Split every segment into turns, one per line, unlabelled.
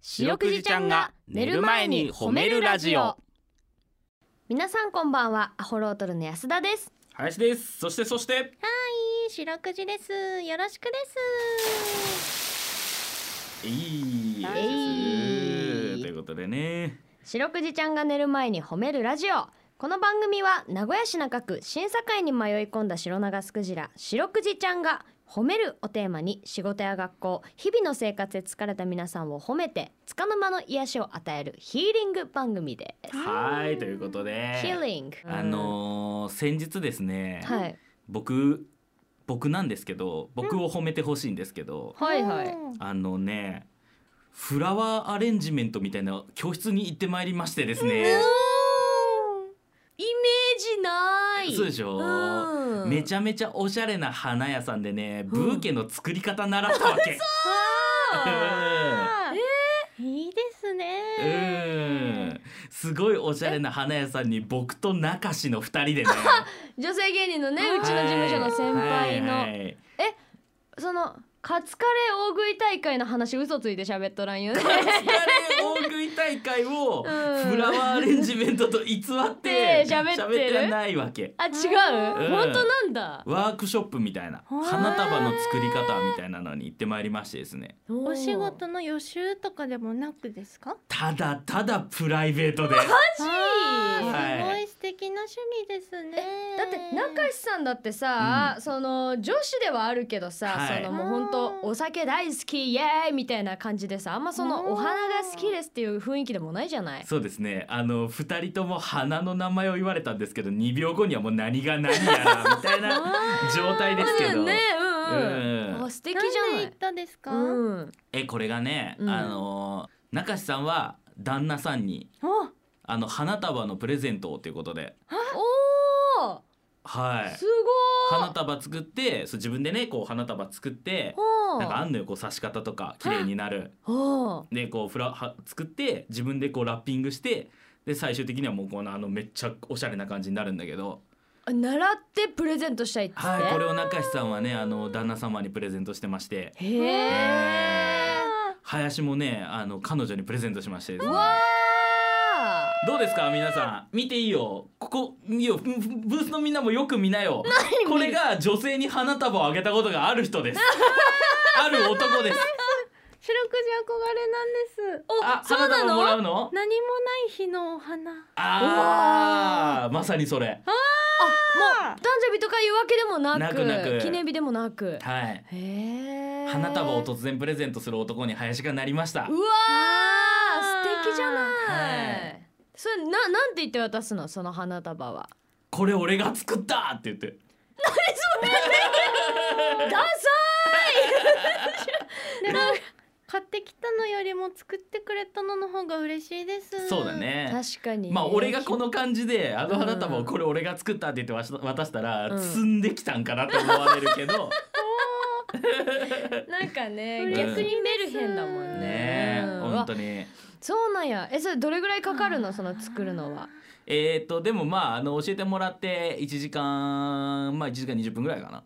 白くじちゃんが寝る前に褒めるラジオ
皆さんこんばんはアホロートルの安田です
林ですそしてそして
はい白くじですよろしくです
いいです
えい
ということでね
白くじちゃんが寝る前に褒めるラジオこの番組は名古屋市中区審査会に迷い込んだ白長スクジラ白くじちゃんが褒めるをテーマに仕事や学校日々の生活で疲れた皆さんを褒めて束の間の癒しを与えるヒーリング番組です
はいということ
ヒー
で
リング
あのー先日ですね、
はい
僕僕なんですけど僕を褒めてほしいんですけど、
はいはい
あのねフラワーアレンジメントみたいな教室に行ってまいりましてですね、
イメージない
そうでしょ
うん
めちゃめちゃおしゃれな花屋さんでねブーケの作り方習ったわけ。
あーいいです
う
ね
んすごいおしゃれな花屋さんに僕と中志の二人でね
女性芸人のね
う
うちの事務所の先輩の、
の
そのカツカレー大食い大会の話嘘ついて喋っとらんよね。
カツカレー大食い大会を
うん
フラワーアレンジメントと偽って
で喋ってる
はないわけ
あ違う、
うん
本当なんだ。
ワークショップみたいな
ー
花束の作り方みたいなのに行ってまいりましてですね
お仕事の予習とかでもなくですか？
ただただプライベートで
はい
す
は
ご
い
い素敵な趣味ですね。
だって中石さんだってさ、
う
その女子ではあるけどさ、
はい
そのもう本当お酒大好きイエーイみたいな感じでさあんまそのお花が好きですっていう雰囲気でもないじゃない。
そうですねあの2人とも花の名前を言われたんですけど2秒後にはもう何が何やらみたいな状態ですけど、
ねうんうん。
うん
あ素敵じ
なん
ゃな
で行
い
っ。たですか？
うん。
えこれがね、
うん
あの中志さんは旦那さんに
あ
あの花束のプレゼントをということで
おお。
はい
すごーい。
花束作ってそう自分でねこう花束作って
お
なんかあ
ー
んのよこう刺し方とか綺麗になる
おー。
でこうフラは作って自分でこうラッピングしてで最終的にはもうこのあのめっちゃおしゃれな感じになるんだけど
あ習ってプレゼントしたいっつって。
はいこれを中志さんはねあの旦那様にプレゼントしてまして
へえ。
林もねあの彼女にプレゼントしましてですね
わあ。
どうですか皆さん見ていいよここ見よブブースのみんなもよく見なよこれが女性に花束をあげたことがある 人ですある男です
白くじ憧れなんです。
お
あ
そう
花
な
束もら
の
うの
何もない日のお花。
あーまさにそれ
あ
誕生日とかいうわけでもなく
なくなく
記念日でもなく
はい
へえ
花束を
と
突然プレゼントする男に林がなりました
うわあ素敵じゃない、
はい
それななんて言って渡すのその花束は
これ俺が作ったって言って
ダサ
でも買ってきたのよりも作ってくれたのの方が嬉しいです。
そうだ。ね
確かに
まあ俺がこの感じであの
うん
花束をこれ俺が作ったって言ってわし渡したら
うん
積んできたんかなって思われるけ ど
なんか ね
うん
逆にメルヘンだもんね
ねえ
うん
本当に
そうなんやえそれどれぐらいかかるのその作るのは
えー、とでもまああの教えてもらって1時間まあ1時間20分ぐらいかな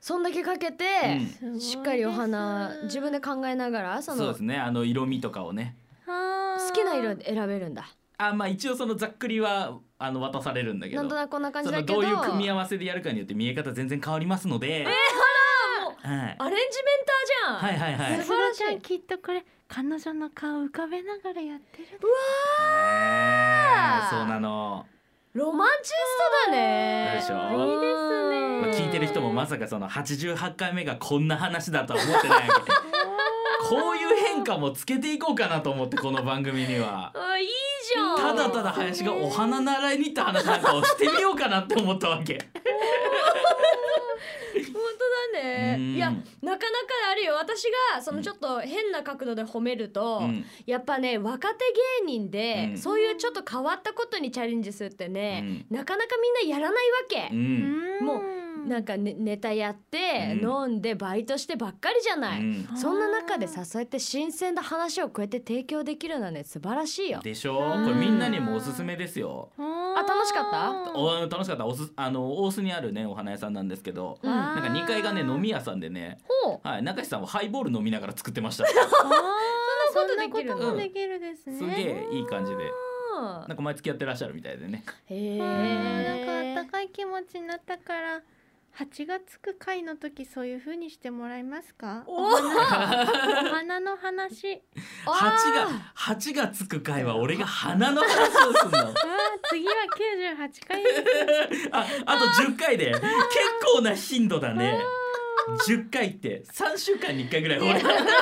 そんだけかけて、
すごいです
しっかりお花自分で。考えながらそ
そう
の
ですねあの色味とかをね
好
好きな色。選べるんだ
あまあ一応そのざっくりはあの渡されるんだけ
な
ど
んとなくこんな感じ
そ
だ
の
けど
どういう組み合わせでやるかによって見え方全然変わりますので、はい、
アレンジメンターじゃん、
はいはい
す
はい
安
素晴ら
田
し
ちゃん
い
きっとこれ彼女の顔浮かべながらやってる。
ねえそうなの、
ロマンチストだね
そうでしょ
い
ま
い
あ
ですね
聞いてる人もまさかその88回目がこんな話だとは思ってないわ けこういう変化もつけていこうかなと思ってこの番組には。
あいいじゃん
ただただ林がお花習いに行った話なんかをしてみようかなって思ったわけ。
本当だね
うん
いやなかなかあるよ私がそのちょっと変な角度で褒めると、
うん
やっぱね若手芸人で、
うん
そういうちょっと変わったことにチャレンジするってね、なかなかみんなやらないわけ
う、ん。
も
う
なんか、ね、ネタやって、
う
飲んでバイトしてばっかりじゃない、
うん
そんな中でさそうやって新鮮な話をこうやって提供できるのはね素晴らしいよ。
でしょ。これみんなにもおすすめですよ。
あ
楽しかった
お楽しかった。おすあの大須にあるねお花屋さんなんですけど、
うん
なんか2階がね飲み屋さんでね、
ほう
はい中志さんはハイボール飲みながら作ってました。
あーそ
こと
んな
で
こ
きる
と
ん
う
も
ん
だ
できるですね。
すげえいい感じで
あ
なんか毎月やってらっしゃるみたいでね
ーへ
あーなんかあっ
え
たかい気持ちになったから蜂がつく回の時そういう風にしてもらえますかお
おー
花 の話
あ
蜂が
ー
蜂がつく回は俺が鼻の話をすんの
あー次は98 回です
ああと10回で結構な頻度だね10回って3週間に1回ぐらい俺の話して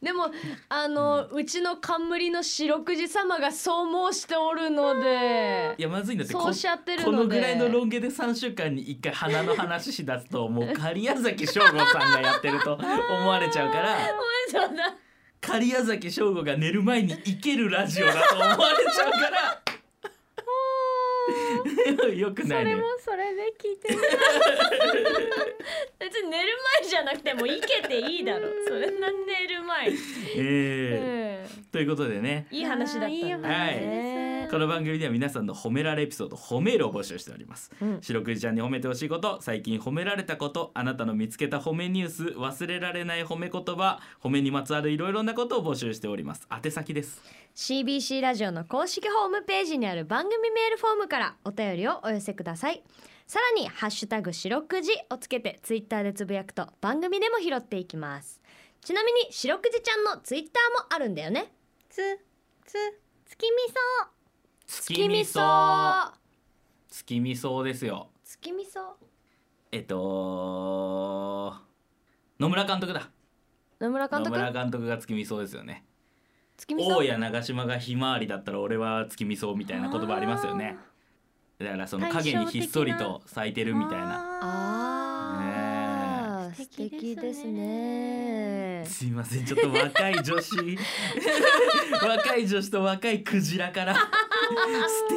でもあの、うちの冠の四六時様がそう申しておるので
るいやまずいんだって
そうおっしゃってる
こ
の
のぐ
で
らいのロン毛で3週間に1回鼻の話しだす ともう狩矢崎省吾さんがやってると思われちゃうから
そうだ
狩矢崎省吾が寝る前に生けるラジオだと思われちゃう からよく
そ
ない
れ
ね
もそれで聞いてみ
別に寝る前じゃなくてもいけていい だろそれな寝る前、
え
え
ーということでね
えいい話だったんだ
あーいい
ね
お話です
この番組では皆さんの褒められエピソード褒めるを募集しております
うん
白くじちゃんに褒めてほしいこと最近褒められたことあなたの見つけた褒めニュース忘れられない褒め言葉褒めにまつわるいろいろなことを募集しております宛先です
CBC ラジオの公式ホームページにある番組メールフォームからお便りをお寄せくださいさらに「ハッシュタグ四六時」をつけてツイッターでつぶやくと番組でも拾っていきますちなみに四六時ちゃんのツイッターもあるんだよね
つつ月見そ
月見そ月見そうですよ
月見そ
えっと野村監督だ
野村監
野村
督
監督が月見そうですよね
月見そ
大谷長島がひまわりだったら俺は月見そうみたいな言葉ありますよねだからその影にひっそりと咲いてるみたいな
あー、
ねえ
素敵ですね
すいませんちょっと若い女子若い女子と若いクジラから素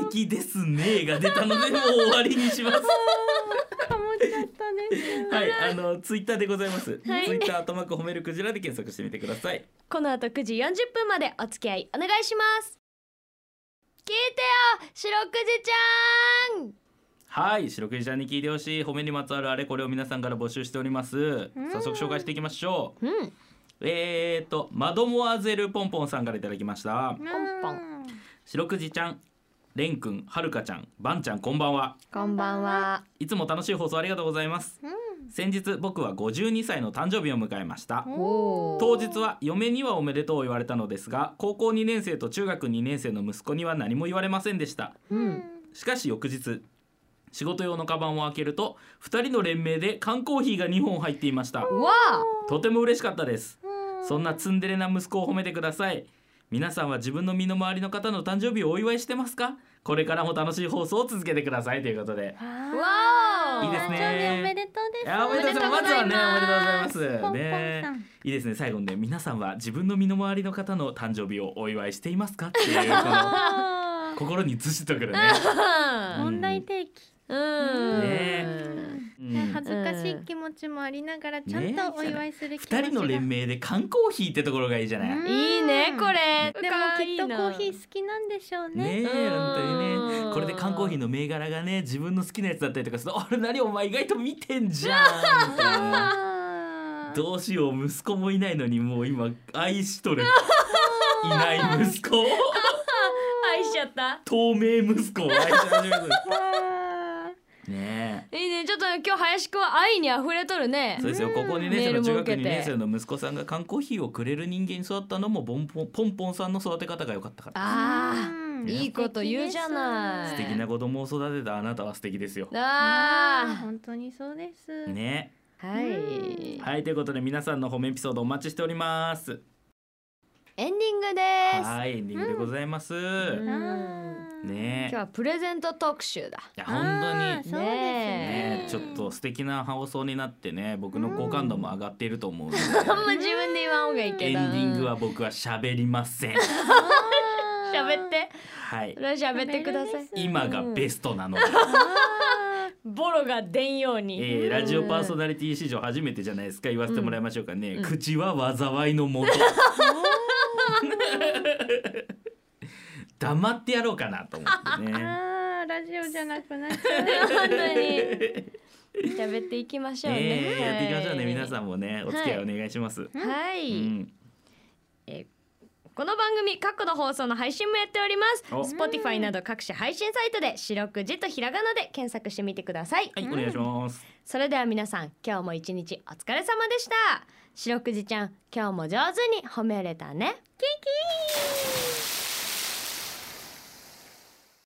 敵ですねが出たのでもう終わりにします
かもちゃった です
はいあのツイッターでございます、
はい
ツイッターとまく褒めるクジラで検索してみてください
この後9時40分までお付き合いお願いします聞いてよ白くじちゃん
はい白クジちゃんに聞いてほしい褒めにまつわるあれこれを皆さんから募集しております
うん
早速紹介していきましょう
うん
えー、っとマドモアゼルポンポンさんからいただきました
ポ
ンポ
ン
白クジちゃんレンくんはるかちゃんばんちゃんこんばんは
こんばんは。
いつも楽しい放送ありがとうございます先日僕は52歳の誕生日を迎えました
うん
おー
当日は嫁にはおめでとうを言われたのですが高校2年生と中学2年生の息子には何も言われませんでした
う。
うんん
しかし翌日仕事用のカバンを開けると2人の連名で缶コーヒーが2本入っていました
うわ
とても嬉しかったです
うん
そんなツンデレな息子を褒めてください皆さんは自分の身の回りの方の誕生日をお祝いしてますかこれからも楽しい放送を続けてくださいということで
わーいいです
ね
誕生日おめでとうです。
あおめでとうございますまずはねおめでとうございます
ポンポン
ね
さん。
いいですね最後にね皆さんは自分の身の回りの方の誕生日をお祝いしていますかっていうこの
あー
心にずしっとくるね
あ。
問題提起。
うん。
ねえ
う
うんん
恥ずかしい気持ちもありながらちゃんとお祝いする気持ちが。
二人の連名で缶コーヒーってところがいいじゃない、
うん
いいねこれ。
でもきっとコーヒー
ー。
好きなんでしょう
ね
ね。
う
え
ん
本当にねこれで缶コーヒーの銘柄がね自分の好きなやつだったりとかすると「あれ何お前意外と見てんじゃん」みたいな
あー
どうしよう息子もいないのにもう今愛しとるいない息子を
愛しちゃった。
透明息子を愛し始めて
あ
るね
いいねちょっと今日林くんは愛に溢れとるね
えそう。ですよ
うん
ここ2年生
メール
の
も
中学
受け
2
て
年生の息子さんが缶コーヒーをくれる人間に育ったのもボンポンポンポンさんの育て方が良かったから
あ
ー
あ。いいこと言うじゃない。
素敵な子供を育てたあなたは素敵ですよ。
あー
あ
本当にそうです。
ねえ
あ。はい。
はいということで皆さんの褒めエピソードお待ちしております。
エンディングです。
はいエンディングでございます。
ん
あ
ね
ー
今
え
日はプレゼント特集だ。
いや本
あー
当に
そうです
ね
ね
えちょっと素敵な放送になってね僕の好感度も上がっていると思うので、
あんま自分で言わんほうがいい
エ
け
ンデ
ど。
ィングは僕は喋りません。
あー
喋っ。て。
はい
それは喋ってください。
今がベストなので、
あー
ボロが出んように。
えーラジオパーソナリティ史上初めてじゃないですか言わせてもらいましょうかね、口は災いのもと黙ってやろうかなと思ってね。
あーラジオじゃなくなっち
ナ
ゃ
本当
う。
に。 喋っていきましょうね。
えーやっていきましょうね皆さ
ん。
んもねお付き合いお願いします、
は
う
い。
ん
えーこの番組過去の放送の配信もやっております
お
Spotify など各種配信サイトで「白くじ」とひらがなで検索してみてください、
はい、お願いします。
それでは皆さん今日も一日お疲れ様でした白くじちゃん今日も上手に褒めれたねキキー